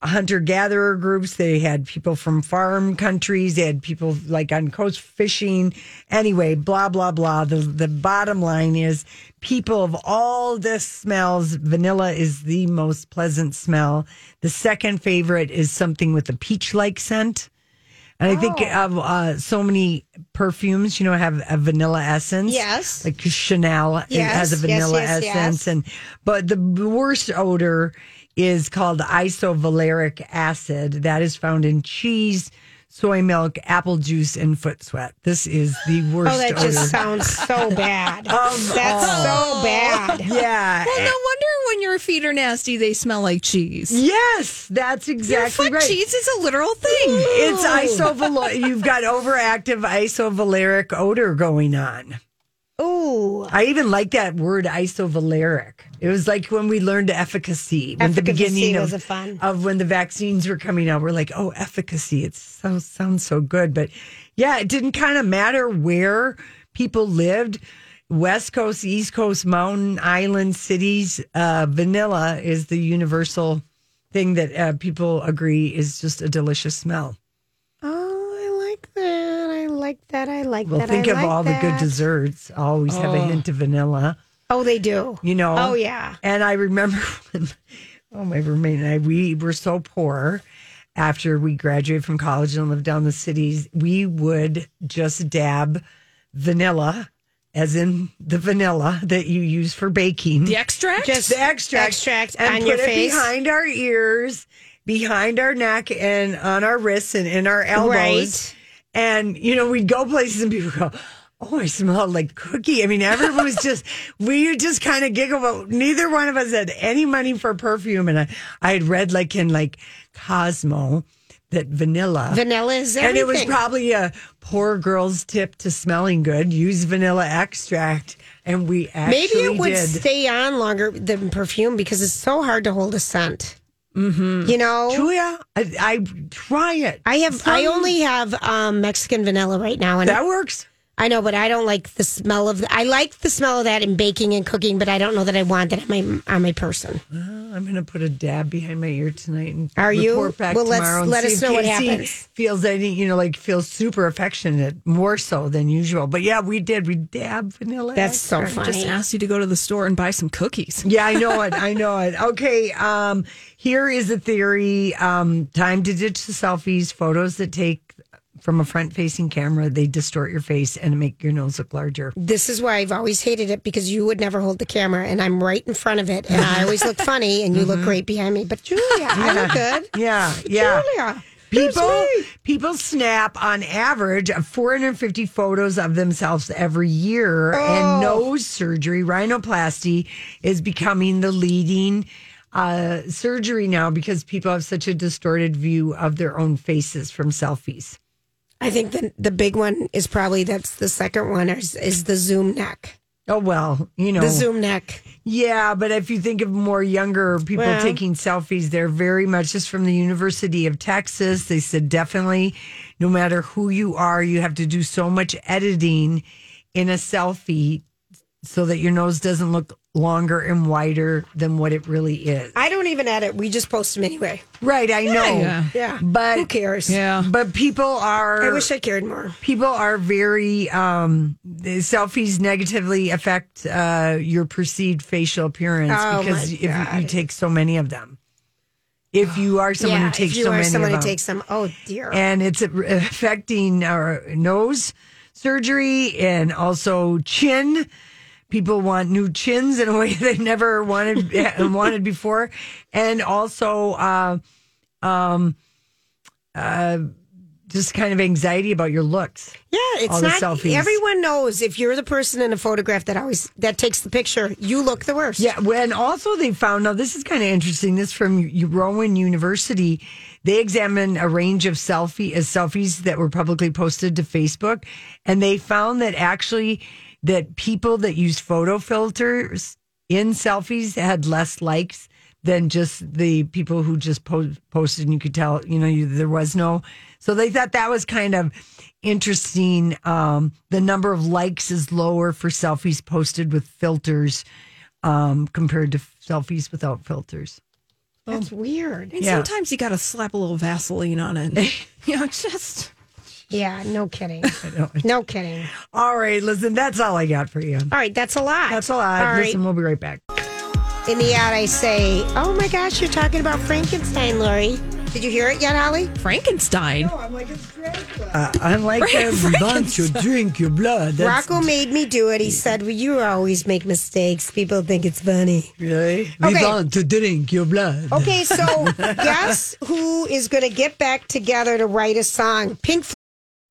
Speaker 2: hunter gatherer groups. They had people from farm countries. They had people like on coast fishing. Anyway, blah blah blah. The the bottom line is, people of all the smells, vanilla is the most pleasant smell. The second favorite is something with a peach like scent. And I think
Speaker 1: Oh.
Speaker 2: of uh, so many perfumes, you know, have a vanilla essence.
Speaker 1: Yes.
Speaker 2: like Chanel it
Speaker 1: Yes,
Speaker 2: has a
Speaker 1: yes,
Speaker 2: vanilla
Speaker 1: yes, yes.
Speaker 2: essence, and but the worst odor is called isovaleric acid. That is found in cheese, soy milk, apple juice, and foot sweat. This is the worst
Speaker 1: oh, that
Speaker 2: odor.
Speaker 1: just sounds so bad.
Speaker 2: Of
Speaker 1: That's
Speaker 2: oh.
Speaker 1: so bad.
Speaker 2: yeah.
Speaker 3: Well, no wonder when your feet are nasty, they smell like cheese.
Speaker 2: Yes, that's
Speaker 3: Your
Speaker 2: exactly
Speaker 3: foot
Speaker 2: right.
Speaker 3: cheese is a literal thing.
Speaker 2: It's isovaleric. You've got overactive isovaleric odor going on.
Speaker 1: Ooh,
Speaker 2: I even like that word isovaleric. It was like when we learned efficacy, when the
Speaker 1: Efficacy
Speaker 2: beginning
Speaker 1: was
Speaker 2: of,
Speaker 1: a fun-
Speaker 2: of when the vaccines were coming out. We're like, oh, efficacy. It so, sounds so good. But yeah, it didn't kind of matter where people lived. West Coast, East Coast, mountain, island, cities, uh, vanilla is the universal thing that uh, people agree is just a delicious smell.
Speaker 1: oh, I like that. I like that. I like
Speaker 2: Well,
Speaker 1: that.
Speaker 2: think
Speaker 1: I
Speaker 2: of
Speaker 1: like
Speaker 2: all the good
Speaker 1: that.
Speaker 2: desserts. Always have a hint of vanilla.
Speaker 1: Oh, they do.
Speaker 2: you know.
Speaker 1: Oh, yeah.
Speaker 2: And I remember when, oh my roommate and I, we were so poor. After we graduated from college and lived down the cities, we would just dab vanilla, as in the vanilla that you use for baking.
Speaker 3: The extract.
Speaker 1: Just
Speaker 2: The extract,
Speaker 1: extract
Speaker 2: and
Speaker 1: on
Speaker 2: put
Speaker 1: your
Speaker 2: it
Speaker 1: face.
Speaker 2: behind our ears, behind our neck, and on our wrists and in our elbows.
Speaker 1: Right.
Speaker 2: And you know, we'd go places and people go, "Oh, I smell like cookie." I mean, everyone was just we would just kind of giggle, but neither one of us had any money for perfume. And I, I had read like in like Cosmo that vanilla.
Speaker 1: Vanilla is everything.
Speaker 2: and it was probably a poor girl's tip to smelling good. Use vanilla extract, and we actually
Speaker 1: Maybe it would
Speaker 2: did.
Speaker 1: stay on longer than perfume because it's so hard to hold a scent. Mm-hmm. You know,
Speaker 2: Julia, I, I try it.
Speaker 1: I have I only have um, Mexican vanilla right now, and
Speaker 2: that works.
Speaker 1: I know, but I don't like the smell of. I like the smell of that in baking and cooking, but I don't know that I want that on my on my person.
Speaker 2: Uh, I'm going to put a dab behind my ear tonight and
Speaker 1: Are you?
Speaker 2: report back
Speaker 1: Well, let's-
Speaker 2: tomorrow. and
Speaker 1: let
Speaker 2: see
Speaker 1: us
Speaker 2: if
Speaker 1: know what
Speaker 2: Casey
Speaker 1: happens.
Speaker 2: Feels any you know like feels super affectionate more so than usual. But yeah, we did. We dab vanilla.
Speaker 1: That's so
Speaker 2: extract.
Speaker 1: funny.
Speaker 3: just asked you to go to the store and buy some cookies.
Speaker 2: Yeah, I know it. I know it. Okay. Um, here is a theory. Um, time to ditch the selfies, photos that take from a front facing camera. They distort your face and make your nose look larger.
Speaker 1: this is why I've always hated it because you would never hold the camera, and I'm right in front of it, and I always look funny, and you look great behind me. But Julia, I look good.
Speaker 2: Mm-hmm. Yeah. Yeah.
Speaker 1: Julia.
Speaker 2: People people snap on average of 450 photos of themselves every year, and nose surgery, rhinoplasty, is becoming the leading uh, surgery now because people have such a distorted view of their own faces from selfies.
Speaker 1: I think the the big one is probably that's the second one is is the Zoom neck.
Speaker 2: Oh well, you know
Speaker 1: The Zoom neck.
Speaker 2: Yeah, but if you think of more younger people
Speaker 1: Well.
Speaker 2: taking selfies, they're very much just from the University of Texas. They said definitely, no matter who you are, you have to do so much editing in a selfie so that your nose doesn't look longer and wider than what it really is.
Speaker 1: I don't even edit. We just post them anyway.
Speaker 2: Right, I know.
Speaker 3: yeah.
Speaker 1: Yeah.
Speaker 2: But
Speaker 1: Who cares?
Speaker 3: Yeah.
Speaker 2: But people are
Speaker 1: I wish I cared more.
Speaker 2: people are very um the selfies negatively affect uh your perceived facial appearance
Speaker 1: Oh, my
Speaker 2: because if you, you
Speaker 1: God.
Speaker 2: take so many of them if you are someone
Speaker 1: yeah,
Speaker 2: who takes
Speaker 1: if you
Speaker 2: so
Speaker 1: are
Speaker 2: many
Speaker 1: someone
Speaker 2: of
Speaker 1: who
Speaker 2: them
Speaker 1: takes them. Oh dear.
Speaker 2: and it's affecting our nose surgery and also chin people want new chins in a way they never wanted wanted before and also uh um uh just kind of anxiety about your looks
Speaker 1: yeah,
Speaker 2: all
Speaker 1: it's
Speaker 2: the
Speaker 1: not. e-,
Speaker 2: selfies.
Speaker 1: Everyone knows if you're the person in a photograph that always that takes the picture, you look the worst.
Speaker 2: Yeah, well, and also they found now this is kind of interesting. This from U- Rowan University, they examined a range of selfie uh, selfies that were publicly posted to Facebook, and they found that actually that people that used photo filters in selfies had less likes than just the people who just po- posted. And you could tell, you know, you, there was no. So they thought that was kind of interesting. Um, the number of likes is lower for selfies posted with filters um, compared to selfies without filters.
Speaker 1: that's weird.
Speaker 3: And
Speaker 2: Yeah.
Speaker 3: sometimes you got to slap a little Vaseline on it. you know, just
Speaker 1: Yeah, no kidding. no kidding.
Speaker 2: All right, listen, that's all I got for you.
Speaker 1: All right, that's a lot.
Speaker 2: That's all I
Speaker 1: All right.
Speaker 2: Listen, we'll be right back.
Speaker 1: In the ad, I say, "Oh my gosh, you're talking about Frankenstein, Lori." Did you hear it yet, Holly?
Speaker 3: Frankenstein.
Speaker 2: I'm like a uh, I'm like a
Speaker 3: Frankenstein.
Speaker 2: bunch to drink your blood. That's
Speaker 1: Rocco made me do it. He said, well, "You always make mistakes. People think it's funny."
Speaker 2: really. We
Speaker 1: Okay.
Speaker 2: want to drink your blood.
Speaker 1: Okay, so guess who is going to get back together to write a song? Pink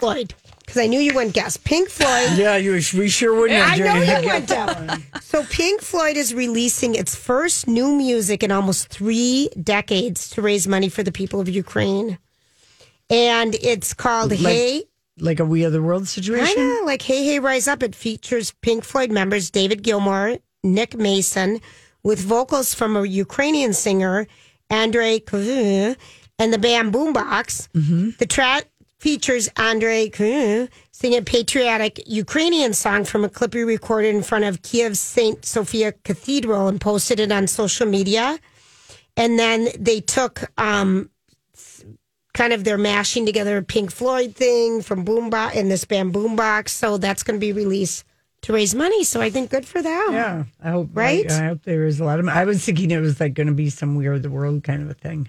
Speaker 1: Floyd, because I knew you wouldn't guess. Pink Floyd.
Speaker 2: Yeah, you, we sure wouldn't.
Speaker 1: I know you would. Deb. so Pink Floyd is releasing its first new music in almost three decades to raise money for the people of Ukraine, and it's called Hey.
Speaker 2: Like a We Are the World
Speaker 1: I
Speaker 2: situation.
Speaker 1: know, like Hey Hey Rise Up. It features Pink Floyd members David Gilmour, Nick Mason, with vocals from a Ukrainian singer Andrei Kvu and the band Boombox. The track features Andrei Kvu singing a patriotic Ukrainian song from a clip he recorded in front of Kiev's Saint Sophia Cathedral and posted it on social media. And then they took um, kind of they're mashing together a Pink Floyd thing from Boombox and this band Boombox. So that's going to be released to raise money. So I think good for them.
Speaker 2: Yeah, I hope.
Speaker 1: Right?
Speaker 2: I, I hope there is a lot of. I was thinking it was like going to be some We Are the World kind of a thing.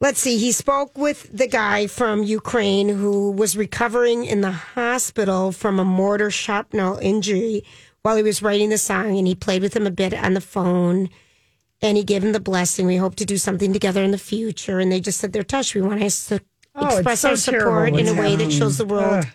Speaker 1: Let's see. He spoke with the guy from Ukraine who was recovering in the hospital from a mortar shrapnel injury while he was writing the song, and he played with him a bit on the phone. And he gave him the blessing. We hope to do something together in the future. And they just said they're touched. We want to s-
Speaker 2: Oh, it's
Speaker 1: express
Speaker 2: so
Speaker 1: our
Speaker 2: terrible
Speaker 1: support in
Speaker 2: what's
Speaker 1: a way that
Speaker 2: happening.
Speaker 1: shows the world
Speaker 2: Ugh.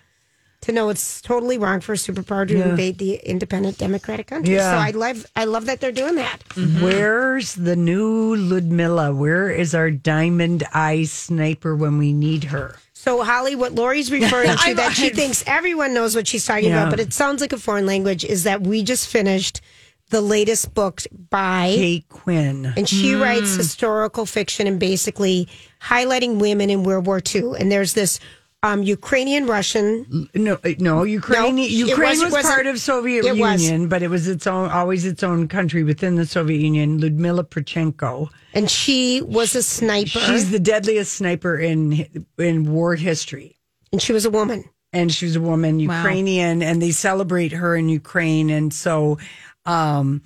Speaker 1: to know it's totally wrong for a superpower to invade the independent democratic country.
Speaker 2: Yeah.
Speaker 1: So I love I love that they're doing that.
Speaker 2: Where's the new Ludmilla? Where is our diamond eye sniper when we need her?
Speaker 1: So, Holly, what Lori's referring to
Speaker 3: I'm-
Speaker 1: that she
Speaker 3: I'm-
Speaker 1: thinks everyone knows what she's talking
Speaker 2: Yeah.
Speaker 1: about, but it sounds like a foreign language, is that we just finished the latest book by
Speaker 2: Kate Mm. Quinn.
Speaker 1: and she writes historical fiction and basically highlighting women in World War II. And there's this um, Ukrainian Russian.
Speaker 2: No, uh, no, Ukraine.
Speaker 1: No, it
Speaker 2: Ukraine
Speaker 1: wasn't-
Speaker 2: was,
Speaker 1: wasn't-
Speaker 2: part of Soviet
Speaker 1: it was.
Speaker 2: Union, but it was its own, always its own country within the Soviet Union. Ludmila Prochenko.
Speaker 1: And she was a sniper,
Speaker 2: She's the deadliest sniper in in war history,
Speaker 1: and she was a woman.
Speaker 2: and she's a woman, Ukrainian, and they celebrate her in Ukraine. And so, um,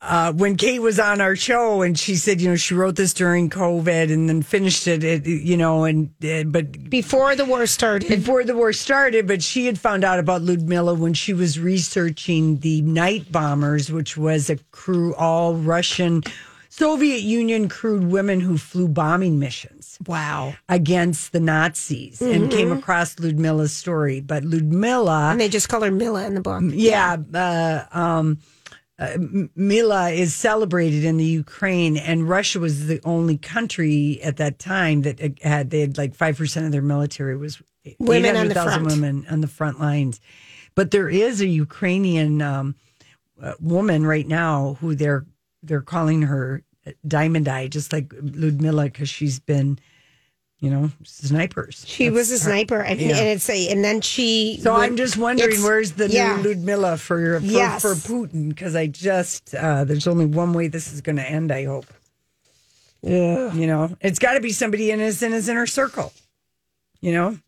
Speaker 2: uh, when Kate was on our show, and she said, you know, she wrote this during COVID, and then finished it, it you know, and uh, but
Speaker 1: Before the war started,
Speaker 2: before the war started, but she had found out about Ludmilla when she was researching the night bombers, which was a crew all Russian Soviet Union crewed women who flew bombing missions
Speaker 3: Wow.
Speaker 2: against the Nazis and came across Ludmilla's story. But Ludmilla
Speaker 1: and they just call her Mila in the book.
Speaker 2: Um, yeah, Uh, um, uh, M- Mila is celebrated in the Ukraine, and Russia was the only country at that time that uh, had they had like five percent of their military was
Speaker 1: Women on the
Speaker 2: 800,000
Speaker 1: front.
Speaker 2: women on the front lines. But there is a Ukrainian um, uh, woman right now who they're they're calling her uh, Diamond Eye, just like Ludmila, because she's been, you know, snipers.
Speaker 1: She was a sniper, and,
Speaker 2: yeah.
Speaker 1: and it's a, and then she.
Speaker 2: So
Speaker 1: went-
Speaker 2: I'm just wondering,
Speaker 1: it's-
Speaker 2: where's the
Speaker 1: yeah.
Speaker 2: new Ludmilla for for,
Speaker 1: Yes.
Speaker 2: for Putin? Because I just uh, there's only one way this is going to end. I hope. Yeah, you know, it's got to be somebody in his in his inner circle. You know,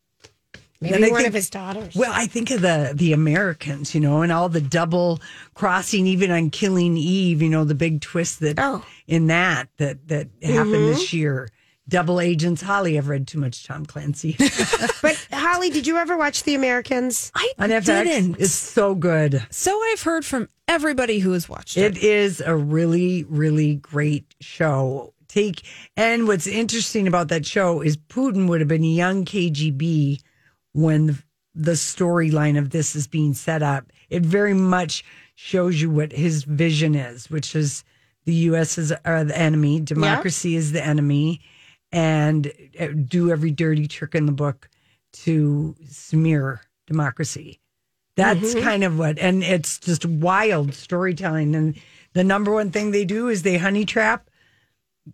Speaker 1: Maybe
Speaker 2: and I
Speaker 1: one
Speaker 2: think-
Speaker 1: of his daughters.
Speaker 2: well, I think of the the Americans, you know, and all the double crossing, even on Killing Eve. You know, the big twist that
Speaker 1: Oh. Mm-hmm.
Speaker 2: in that that that happened this year. Double agents. Holly, I've read too much Tom Clancy
Speaker 1: but Holly, did you ever watch The Americans?
Speaker 3: I
Speaker 2: on FX.
Speaker 3: didn't.
Speaker 2: It's so good.
Speaker 3: So I've heard from everybody who has watched it.
Speaker 2: It is a really, really great show. Take and what's interesting about that show is Putin would have been young KGB when the, the storyline of this is being set up. It very much shows you what his vision is, which is the U.S. is are the enemy, democracy is the enemy, and uh, do every dirty trick in the book to smear democracy. That's kind of what, and it's just wild storytelling. And the number one thing they do is they honey trap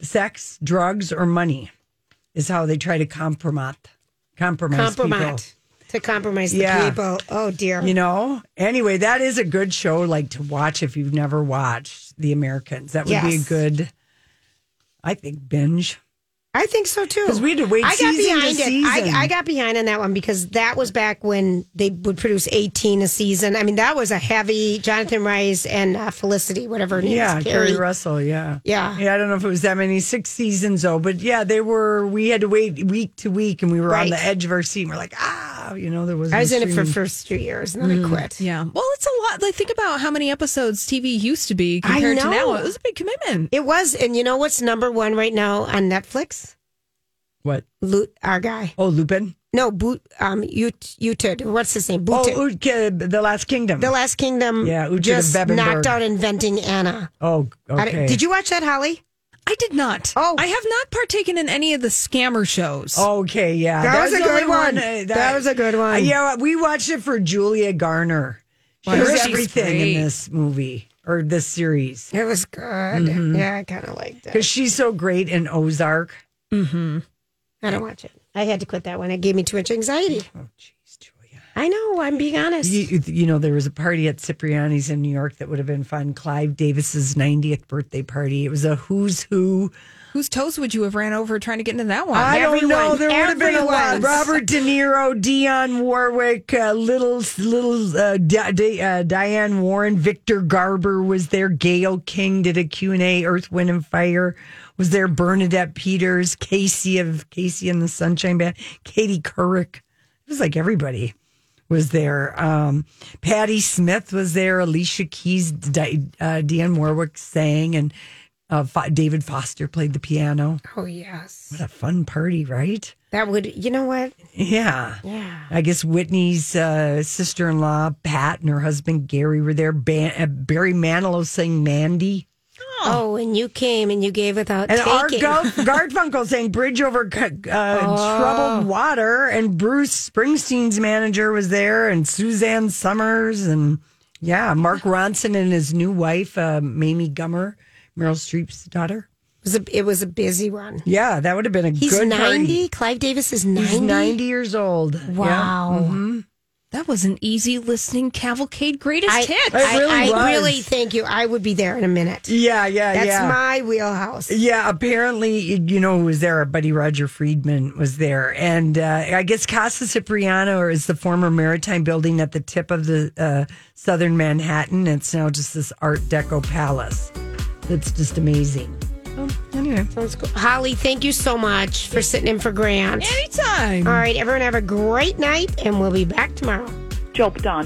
Speaker 2: sex, drugs, or money, is how they try to compromise, compromise, people.
Speaker 1: Compromise to compromise the
Speaker 2: Yeah.
Speaker 1: people. Oh dear.
Speaker 2: You know. Anyway, that is a good show, like to watch if you've never watched The Americans. That would be a
Speaker 1: Yes.
Speaker 2: good, I think, binge.
Speaker 1: I think so too.
Speaker 2: 'Cause we had to wait
Speaker 1: I got
Speaker 2: season to
Speaker 1: behind it.
Speaker 2: season.
Speaker 1: I, I got behind on that one because that was back when they would produce eighteen a season. I mean, that was a heavy Jonathan Rice and uh, Felicity, whatever her name
Speaker 2: Yeah,
Speaker 1: is,
Speaker 2: Carrie
Speaker 1: Carrie.
Speaker 2: Russell. Yeah.
Speaker 1: Yeah.
Speaker 2: Yeah, I don't know if it was that many, six seasons though, but yeah, they were. We had to wait week to week, and we were
Speaker 1: Right.
Speaker 2: on the edge of our seat. We're like, ah, you know, there was.
Speaker 1: I was in it for first two years and
Speaker 2: Mm.
Speaker 1: then I quit.
Speaker 3: Yeah. Well, it's a lot. Like, think about how many episodes TV used to be compared to now.
Speaker 1: know.
Speaker 3: It was a big commitment.
Speaker 1: It was, and you know what's number one right now on Netflix?
Speaker 2: what?
Speaker 1: Loot our guy.
Speaker 2: Oh, Lupin.
Speaker 1: No, boot. Um, Ut- Uted. What's his name?
Speaker 2: Oh,
Speaker 1: Booted.
Speaker 2: Utka, the Last Kingdom.
Speaker 1: the Last Kingdom.
Speaker 2: Yeah, Uted of
Speaker 1: just
Speaker 2: Bebenberg.
Speaker 1: knocked out inventing Anna.
Speaker 2: oh,
Speaker 1: I-
Speaker 2: okay.
Speaker 1: Did you watch that, Holly?
Speaker 3: I did not.
Speaker 1: Oh.
Speaker 3: I have not partaken in any of the scammer shows.
Speaker 2: Okay, yeah,
Speaker 1: That was a
Speaker 2: the only
Speaker 1: good one.
Speaker 2: uh,
Speaker 1: That was a good one.
Speaker 2: Yeah, we watched it for Julia Garner. She
Speaker 3: Wow.
Speaker 2: was
Speaker 3: She's
Speaker 2: everything
Speaker 3: great.
Speaker 2: in this movie or this series
Speaker 1: It was good.
Speaker 2: Mm-hmm.
Speaker 1: Yeah, I kind of liked it.
Speaker 2: because she's so great in Ozark.
Speaker 1: I don't watch it. I had to quit that one. It gave me too much anxiety.
Speaker 2: Oh, jeez, Julia.
Speaker 1: I know. I'm being honest.
Speaker 2: You, you- you know, there was a party at Cipriani's in New York that would have been fun. Clive Davis's 90th birthday party. It was a who's who.
Speaker 3: Whose toes would you have ran over trying to get into that one?
Speaker 2: I don't know.
Speaker 1: Everyone.
Speaker 2: There would have been a lot.
Speaker 1: Everyone.
Speaker 2: Robert De Niro, Dion Warwick, uh, little little uh, Di- Di- uh, Diane Warren, Victor Garber was there. Gail King did a Q and A. Earth, Wind and Fire was there. Bernadette Peters, Casey of Casey and the Sunshine Band, Katie Couric. It was like everybody was there. Um, Patty Smith was there. Alicia Keys, Di- uh, Diane Warwick sang, and uh, Fo- David Foster played the piano.
Speaker 1: oh yes,
Speaker 2: What a fun party, right?
Speaker 1: that would. You know what?
Speaker 2: Yeah.
Speaker 1: Yeah.
Speaker 2: I guess Whitney's uh, sister in law, Pat, and her husband, Gary, were there. Ban- uh, Barry Manilow sang Mandy.
Speaker 3: Oh,
Speaker 1: Oh, and you came and you gave without
Speaker 2: And our
Speaker 1: taking.
Speaker 2: Gar- Garfunkel sang Bridge Over Cu- uh,
Speaker 1: Oh.
Speaker 2: Troubled Water, and Bruce Springsteen's manager was there, and Suzanne Summers, and yeah, Mark Ronson and his new wife, uh, Mamie Gummer, Meryl Streep's daughter.
Speaker 1: it, was a, it was a busy run.
Speaker 2: Yeah, that would have been a
Speaker 1: He's
Speaker 2: good
Speaker 1: 90.
Speaker 2: party.
Speaker 1: Clive Davis is
Speaker 2: He's
Speaker 1: 90.
Speaker 2: 90 years old. Yeah.
Speaker 1: Wow.
Speaker 3: That was an easy listening cavalcade greatest
Speaker 1: I,
Speaker 3: hits.
Speaker 2: It
Speaker 1: I,
Speaker 2: really
Speaker 1: I
Speaker 2: was.
Speaker 1: really thank you. I would be there in a minute.
Speaker 2: Yeah, yeah,
Speaker 1: That's
Speaker 2: yeah.
Speaker 1: my wheelhouse.
Speaker 2: Yeah, apparently, you know who was there? Our buddy Roger Friedman was there. And uh, I guess Casa Cipriano is the former maritime building at the tip of the uh, southern Manhattan. It's now just this Art Deco palace. That's just amazing.
Speaker 1: Sounds cool. Holly, thank you so much for sitting in for Grant.
Speaker 3: Anytime.
Speaker 1: All right, everyone have a great night, and we'll be back tomorrow.
Speaker 8: Job done.